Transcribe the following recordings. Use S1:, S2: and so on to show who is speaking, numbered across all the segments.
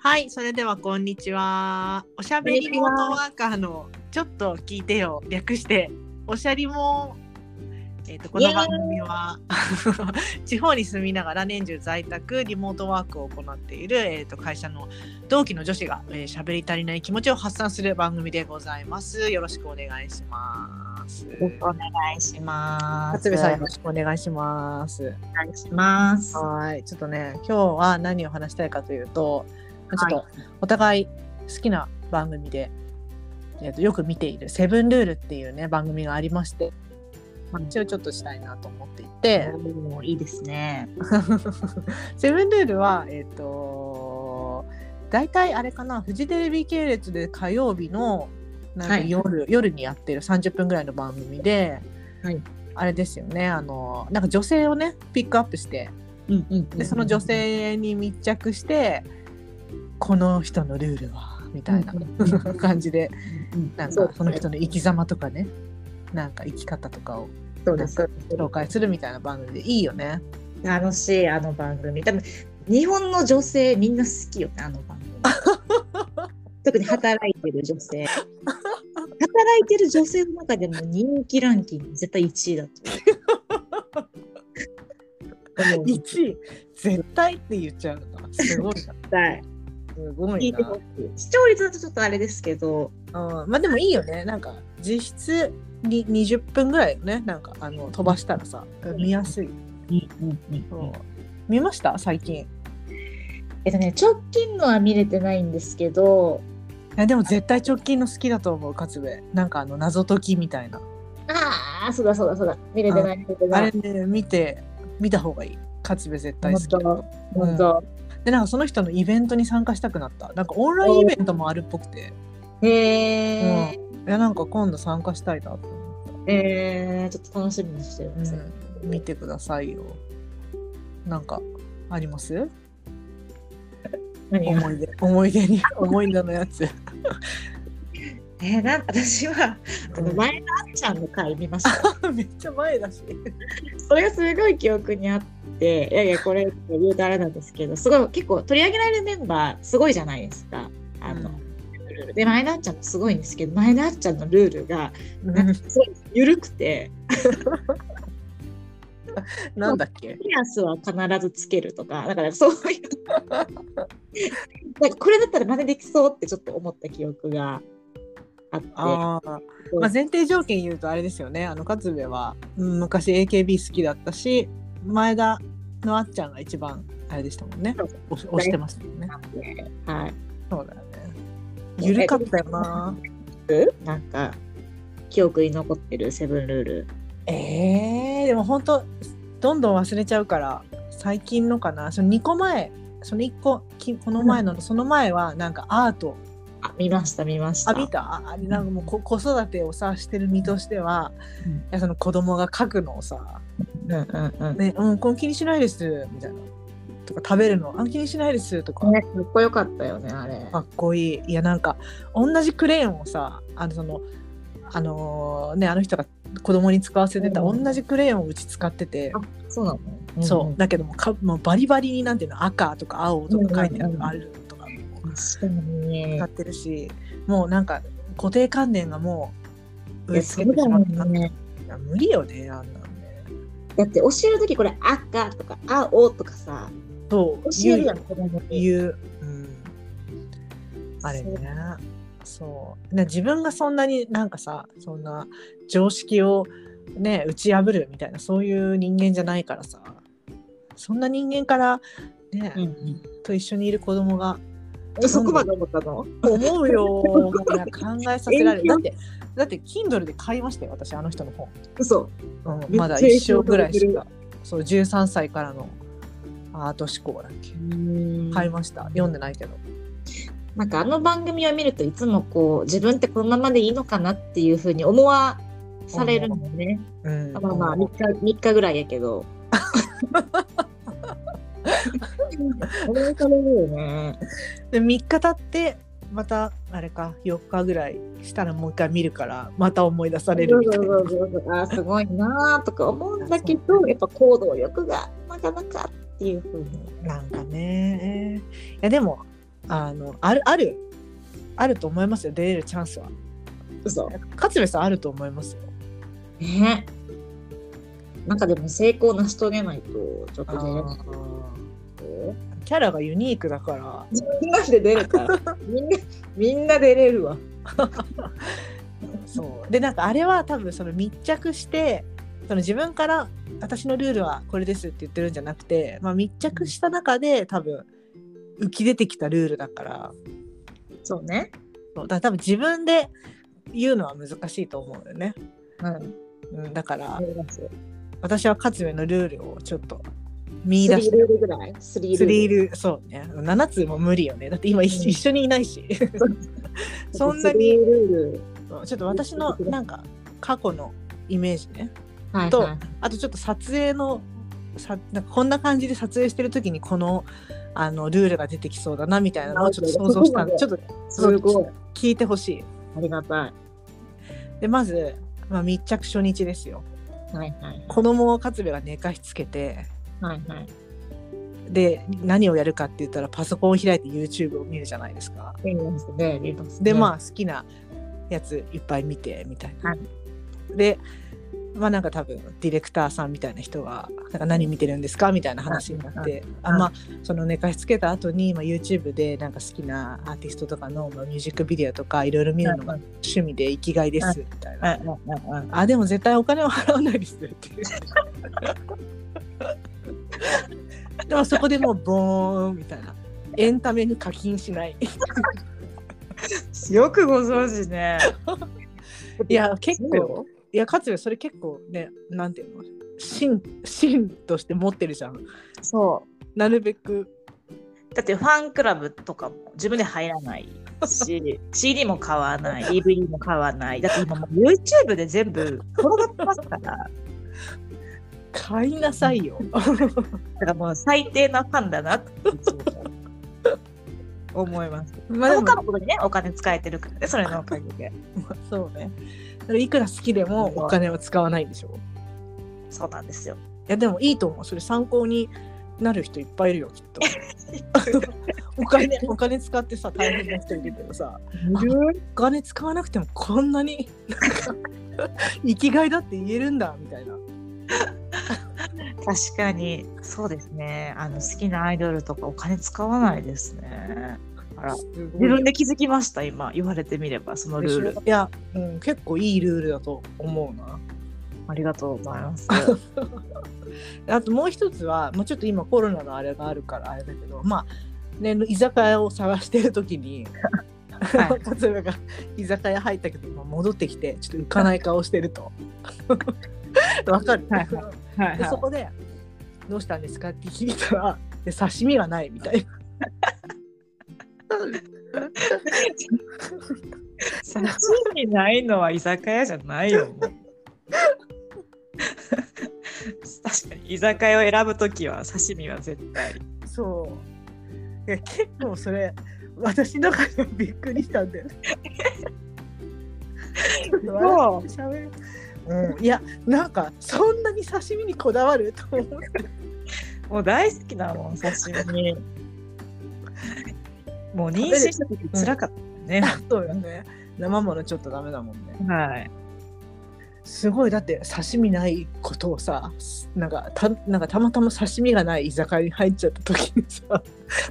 S1: はい、それではこんにちは。おしゃべりリモートワーカーのちょっと聞いてよ略しておしゃりも。えっ、とこの番組は 地方に住みながら年中在宅リモートワークを行っているえっ、と会社の同期の女子がえーしゃべり足りない気持ちを発散する番組でございます。よろしくお願いします。
S2: お願いします。
S1: つさんよろしくお願いします。
S2: お願いします。
S1: はい、ちょっとね、今日は何を話したいかというと、ちょっとお互い好きな番組で、えっとよく見ている「セブンルール」っていうね番組がありまして話をちょっとしたいなと思っていて、
S2: おーいいですね。
S1: セブンルールはえっ、と大体あれかなフジテレビ系列で火曜日のなんか
S2: はい
S1: 夜,、夜にやってる30分ぐらいの番組で、
S2: はい
S1: あれですよねあのなんか女性をねピックアップして
S2: うんうん、
S1: でその女性に密着してこの人のルールはみたいな
S2: うんうんうん
S1: 感じでなん
S2: そう
S1: か
S2: です
S1: その人の生き様とかねなんか生き方とかを
S2: そうです。
S1: 紹介するみたいな番組でいいよね。
S2: 楽しいあの番組。多分日本の女性みんな好きよねあの 番組。特に働いてる女性。働いてる女性の中でも人気ランキング絶対1位だ と思う。絶
S1: 1位絶対って言っちゃうのかす ごいな
S2: 対。
S1: すご
S2: 聞
S1: い
S2: いてほ
S1: な
S2: し、い視聴率だとちょっとあれですけど、
S1: うん、まあでもいいよねなんか実質に20分ぐらいよねなんかあの飛ばしたらさ見やすい。そう見ました最近
S2: えっとね、直近のは見れてないんですけど、
S1: えでも絶対直近の好きだと思う勝部なんかあの謎解きみたいな
S2: ああ、そうだそうだそうだ。見れてない、見れて
S1: あ
S2: な
S1: れ
S2: い。
S1: ね見て見た方がいい勝部絶対好きだ
S2: 本当本当。
S1: でなんかその人のイベントに参加したくなったなんかオンラインイベントもあるっぽくて
S2: へー
S1: いやなんか今度参加したいなと思っ
S2: えー、ちょっと楽しみにしてるんです
S1: た
S2: よ、
S1: うん、見てくださいよなんかあります
S2: 何が
S1: 思い出思い出 に思い出のやつ
S2: えー、なんか私は、あ の
S1: うん
S2: 前のあっちゃんの回見ました。
S1: めっちゃ前だし
S2: それがすごい記憶にあって、いやいや、これ言うとあれなんですけど、すごい結構取り上げられるメンバー、すごいじゃないですか。あの、ルールで、前のあっちゃんもすごいんですけど、前のあっちゃんのルールが、
S1: うん
S2: なんかすごい緩くて、
S1: なんだっ け
S2: ピアスは必ずつけるとか、だからそういう。なんかこれだったら真似できそうってちょっと思った記憶があって。
S1: ああ、まあ、前提条件言うとあれですよねあの勝部は、うん、昔 AKB 好きだったし前田のあっちゃんが一番あれでしたもんね
S2: そうそ
S1: 押し押してましたもんね
S2: はい。
S1: そうだよねゆるかったよな
S2: なんか、記憶に残ってるセブンルール。
S1: えー、でも本当どんどん忘れちゃうから最近のかなその2個前その1個きこの前の、その前はなんかアート
S2: あ、見ました、見ました。
S1: あ見たああれなんかもうこ子育てをさしてる身としては、
S2: うん
S1: いやその子供が描くのをさ
S2: うんうんうん。
S1: ね、うん、これ気にしないです、みたいな。とか、食べるの、あ、気にしないです、とか。
S2: ね、かっこよかったよね、あれ。
S1: かっこいい。いや、なんか、同じクレーンをさ、あの、その、あのーね、あの人が子供に使わせてた、
S2: うん
S1: 同じクレーンをうち使ってて、
S2: そうなの、
S1: そう。だけどもか、もうバリバリになんていうの、赤とか青とか書いてあ
S2: う
S1: る
S2: んうんうん
S1: あるとかも
S2: うん。確かに
S1: 使っ。てるし、もうなんか、固定観念がもう、植え
S2: いや、
S1: 付
S2: そ
S1: け
S2: う
S1: て
S2: だ
S1: し
S2: よ
S1: まった。い
S2: ね。
S1: や、無理よね、あんなんね。
S2: だって教えるときこれ赤とか青とかさ、
S1: そう。
S2: 教えるやん、子供に。
S1: 言う。うんあれね。そう。な自分がそんなになんかさ、そんな常識をね、打ち破るみたいな、そういう人間じゃないからさ、そんな人間からね、
S2: うんうん
S1: と一緒にいる子供が、
S2: えそこまで思ったの
S1: 思うよ、もう なんか考えさせられる。だ
S2: 勉強
S1: って、だって、Kindle で買いましたよ、私、あの人の本。
S2: 嘘
S1: うん、
S2: めっちゃ
S1: まだ一生ぐらい
S2: 影
S1: し
S2: 響さ
S1: か。そう、13歳からのアート思考だっけ。買いました。読んでないけど。
S2: なんかあの番組を見るといつもこう自分ってこのままでいいのかなっていうふうに思わされるのね、
S1: うん、
S2: まあまあ3日 ,3 日ぐらいやけど思わされるよね
S1: で3日経ってまたあれか4日ぐらいしたらもう一回見るからまた思い出されるみたいな
S2: そうそうそうそうあーすごいなーとか思うんだけどやっぱ行動力がなかなかっていうふうに
S1: なんかねいやでもあのあるあるあると思いますよ出れるチャンスは
S2: 嘘。
S1: 勝部さんあると思いますよ
S2: ね。なんかでも成功成し遂げないと、ちょっと出れない。
S1: キャラがユニークだから
S2: みんなで出るから。みんな、みんな出れるわ。
S1: そうでなんかあれは多分その密着してその自分から私のルールはこれですって言ってるんじゃなくて、まあ、密着した中で多分浮き出てきたルールだから
S2: そうね。
S1: そうだから多分自分で言うのは難しいと思うよね、
S2: うん。
S1: うん、だから
S2: 出れます
S1: 私は勝部のルールをちょっと見出
S2: ス
S1: し
S2: リ
S1: て
S2: ルールぐらいスリ
S1: スリ
S2: ル。
S1: ールそうね7つも無理よねだって今一緒
S2: うん
S1: 一緒にいないし そんな
S2: スリ
S1: に
S2: ル
S1: そうちょっと私のなんか過去のイメージね
S2: ール。はい、
S1: と
S2: はい。
S1: あとちょっと撮影のさなんかこんな感じで撮影してる時にこのあのルールが出てきそうだなみたいなのをちょっと想像したんでちょっと
S2: すごい。
S1: 聞いてほし
S2: ありがたい。
S1: い。でまず、まあ、密着初日ですよ。
S2: はいはい。
S1: 子供を勝部が寝かしつけて
S2: はいはい。
S1: で何をやるかって言ったらパソコンを開いて YouTube を見るじゃないですか。
S2: 出ますね。出ますね。
S1: でまあ好きなやついっぱい見てみたいな。
S2: はい
S1: でまあなんか多分ディレクターさんみたいな人が「なんか何見てるんですか?」みたいな話になって、あ
S2: うん
S1: まあその寝かしつけた後に、まあ、YouTube でなんか好きなアーティストとかの、まあ、ミュージックビデオとかいろいろ見るのが趣味で生きがいですみたいな。
S2: うんうんうん
S1: あでも絶対お金は払わないですっていうでもそこでもうボーンみたいなエンタメに課金しない
S2: よくご存知 ね。
S1: いや結
S2: そう
S1: 構
S2: よ
S1: いや、かつそれ結構ね、なんていうの、芯、芯として持ってるじゃん。
S2: そ
S1: なるべく、
S2: う。だってファンクラブとかも自分で入らない し、CD も買わない、DVD も買わない。だって今もう YouTube で全部転がってますから。だ
S1: 買いなさい よ。
S2: からもう最低なファンだなって思います。
S1: ま
S2: まあ、
S1: あ、
S2: 他のことにね、お金使えてるからね、それのおかげ で。
S1: そうね。だからいくら好きでもお金は使わないんでしょ。い
S2: そうなんですよ。
S1: や、でもいいと思う。それ参考になる人いっぱいいるよ、き っと。お金、お金使ってさ、大変な人いるけど さ、お金使わなくてもこんなに、なんか 生きがいだって言えるんだ、みたいな。
S2: 確かに、そうですね。あの好きなアイドルとかお金使わないですね。あら
S1: すごいよ
S2: 自分で気づきました、今、言われてみれば、そのルー
S1: い
S2: ル。
S1: や、うん、結構いいルールだと思うな。
S2: ありがとうござい ます。
S1: あともう一つは、まあ、ちょっと今コロナのあれがあるからあれだけど、まあね、居酒屋を探してる時に、
S2: は
S1: 勝浦が居酒屋入ったけど、まあ、戻ってきてちょっと浮かない顔してると。 わかる、
S2: はいはい
S1: でそこで「どうしたんですか?」って聞いたら「で刺身がない」みたいな。
S2: 刺身ないのは居酒屋じゃないよ。もう確かに居酒屋を選ぶときは刺身は絶対。
S1: そういや結構それ私の中でもびっくりしたんだよね。
S2: そう
S1: 喋るうん、いやなんかそんなに刺身にこだわると思って
S2: もう大好きだもん、刺身。もう妊娠した時辛かったよね。
S1: そうよね生ものちょっとダメだもんね
S2: はい。
S1: すごいだって刺身ないことをさなんかたなんかたまたま刺身がない居酒屋に入っちゃった時にさ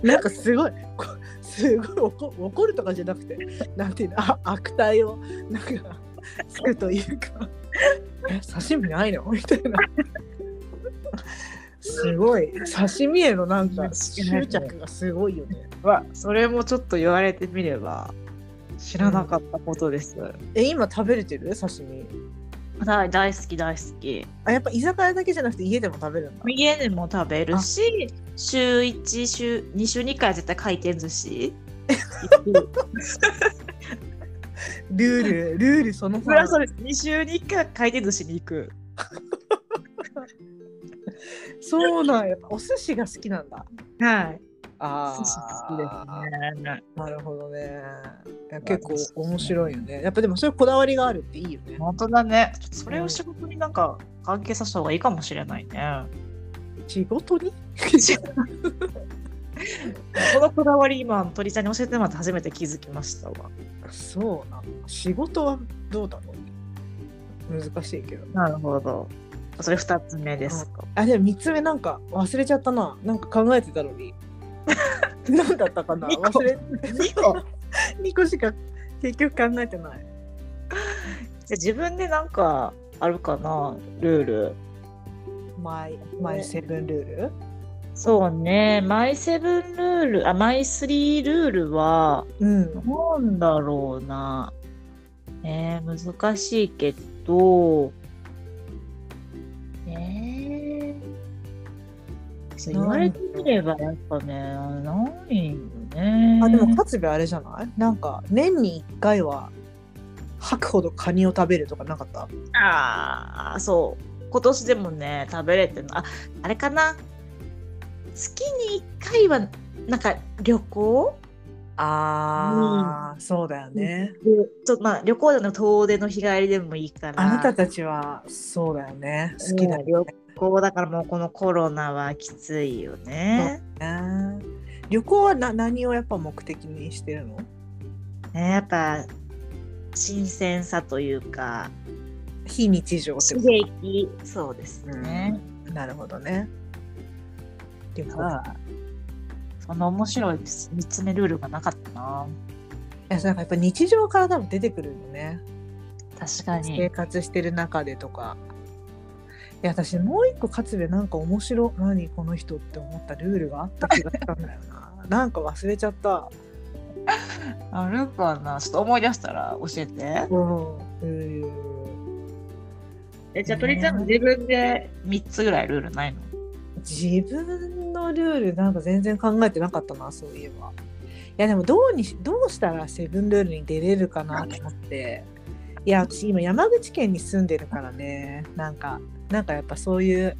S1: なんかすごいこすごい怒怒るとかじゃなくてなんていうのあ悪態をなんかつくというか「え刺身ないの?」みたいな。すごい刺身へのなんか執着がすごいよね。
S2: わ、それもちょっと言われてみれば知らなかったことです。
S1: え今食べれてる刺身
S2: はい、大好き大好き。
S1: あやっぱ居酒屋だけじゃなくて家でも食べるんだ
S2: 家でも食べるし、週1、週2、週2回は絶対回転寿 司。
S1: ルールルールその
S2: それはそれ、2週に1回回転寿司に行く。
S1: そうなんや。お寿司が好きなんだ。
S2: はい。
S1: あ
S2: 寿司好きですね。
S1: なるほどね。いや結構面白いよね。やっぱでもそういうこだわりがあるっていいよね。
S2: 本当だね。ちょっとそれを仕事になんか関係させた方がいいかもしれないね。
S1: 仕事に
S2: このこだわり今鳥ちゃんに教えてもらって初めて気づきましたわ
S1: そうなの仕事はどうだろう難しいけど
S2: なるほどそれ2つ目ですか、
S1: あでも3つ目なんか忘れちゃったななんか考えてたの に何だったかな
S2: 二個
S1: 忘れ
S2: 二個
S1: 2個しか結局考えてない
S2: じゃあ自分でなんかあるかなルール
S1: マイマイセブンルール
S2: そうねマイセブンルールあマイスリールールは
S1: うん
S2: なんだろうな。えー、難しいけど、えー、そう言われてみればやっぱね、ないよね。
S1: あでも勝部あれじゃないなんか年に1回は吐くほどカニを食べるとかなかった
S2: あーそう。今年でもね、食べれてるの。あ、あれかな。月に1回は、なんか旅行
S1: あー、そうだよね、
S2: ちょっとまあ旅行での遠出の日帰りでもいいから。
S1: あなたたちはそうだよね好きだよね、
S2: よ。旅行だからもうこのコロナはきついよね。
S1: 旅行はな何をやっぱ目的にしてるの
S2: ねやっぱ新鮮さというか
S1: 非日常って
S2: 刺
S1: こと
S2: 激そうですね。
S1: なるほどねっていう
S2: そう
S1: か
S2: その面白い3つ目ルールがなかったな。
S1: いやなんかやっぱ日常から多分出てくるよね
S2: 確か
S1: 生
S2: に。
S1: 活してる中でとかいや私もう一個勝部なんか面白 何この人って思ったルールがあった気がしたんだよななんか忘れちゃった
S2: あるかなちょっと思い出したら教えて。
S1: うんうん
S2: えじゃあ鳥ちゃんも自分で3つぐらいルールないの
S1: 自分のルールなんか全然考えてなかったなそういえばいやでもどうにしどうしたらセブンルールに出れるかなと思っていや私今山口県に住んでるからねなんかなんかやっぱそういう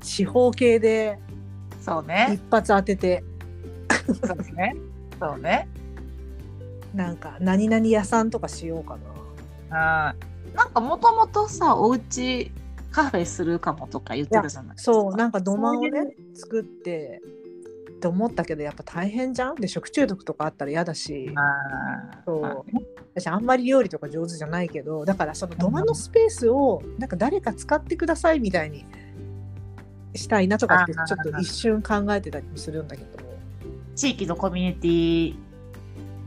S1: 地方系で
S3: そうね。
S1: 一発当てて
S3: そうね。そうね。
S1: なんか何々屋さんとかしようかな。
S3: あ
S2: なんかもともとさお家カフェするかもとか言ってたじゃないですか。
S1: そうなんか土間をね作ってって思ったけどやっぱ大変じゃんで食中毒とかあったら嫌だし
S3: ーあー。
S1: そう
S3: まあね
S1: 私あんまり料理とか上手じゃないけどだからその土間のスペースをなんか誰か使ってくださいみたいにしたいなとかってちょ
S3: あ
S1: っと一瞬考えてたりもするんだけど。
S2: 地域のコミュニティ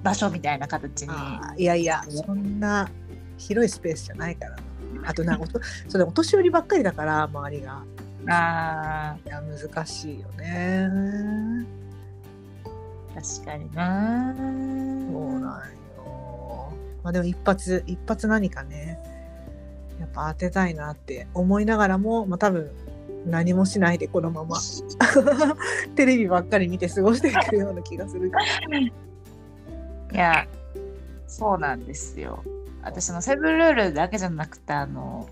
S2: 場所みたいな形に。
S1: あーいやいやそんな広いスペースじゃないからなあとなんかおとそれお年寄りばっかりだから周りが
S3: あ
S1: いや難しいよね
S2: 確かにな
S1: そうなんよ。まあでも一発一発何かねやっぱ当てたいなって思いながらも、まあ、多分何もしないでこのま まテレビばっかり見て過ごしていくような気がするけ
S3: ーいや、そうなんですよ。私のセブンルールだけじゃなくて、あの、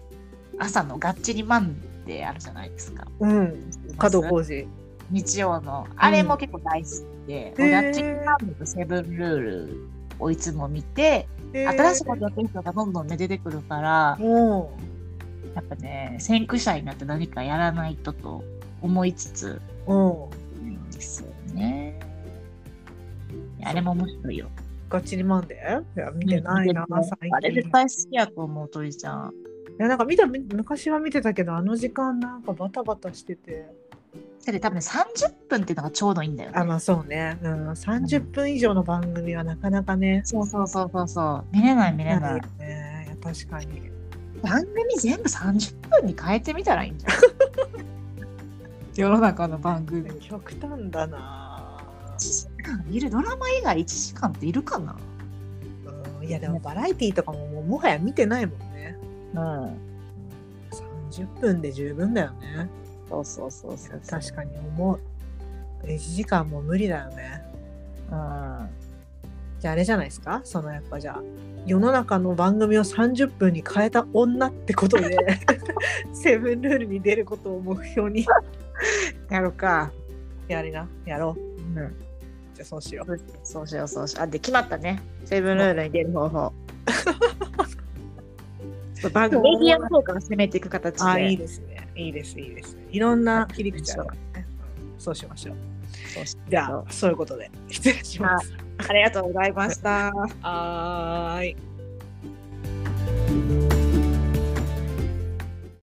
S3: 朝のガッチリマンデーあるじゃないですか。
S1: ど。うん。加藤浩次。
S3: 日曜の、あれも結構大好きで、
S1: うん
S3: ガッチリマンデーとセブンルールをいつも見て、新しいことやってる人がどんどんね出てくるから、
S1: も
S3: やっぱね、先駆者になって何かやらないとと思いつつ、
S1: う、うん。
S3: うんですよね。いやあれも面白いよ。
S1: ガッチリマンデーいや見てないな、
S3: うん
S1: 最
S3: あれ
S1: 近。い
S3: 絶対好きやと思う、鳥ちゃん。
S1: やなんか見た昔は見てたけどあの時間なんかバタバタしてて。
S3: だって多分ね30分っていうのがちょうどいいんだよ
S1: あ
S3: ね。
S1: まあそうね。うん。30分以上の番組はなかなかね。
S3: そうそうそうそうそう。見れない見れない。
S1: ねいや確かに。
S3: 番組全部30分に変えてみたらいいんじゃ ない世の中の番組。1
S1: 極端だなぁ、
S3: 時間いるドラマ以外1時間っているかな
S1: うん、いやでもバラエティーとかももうもはや見てないもんね
S3: うん。
S1: 30分で十分だよね
S3: そうそうそうそうそう。
S1: 確かに思う1時間も無理だよね
S3: うん。
S1: じゃああれじゃないですかそのやっぱじゃあ世の中の番組を30分に変えた女ってことでセブンルールに出ることを目標に
S3: やろうか。
S1: やりなやろう
S3: うん。
S1: じゃあそうしよう
S3: そうしようそうしよう。あ、で、決まったね。セブンルールに出る方法。ちょっと番組メディア効果を攻めていく形で。
S1: あいいですねいいですいいですいろんな切り口あるからねそうしましょう。
S2: そうしましょう
S1: じゃあ、そういうことで、失礼します。
S2: ありがとうございました。
S1: はーい。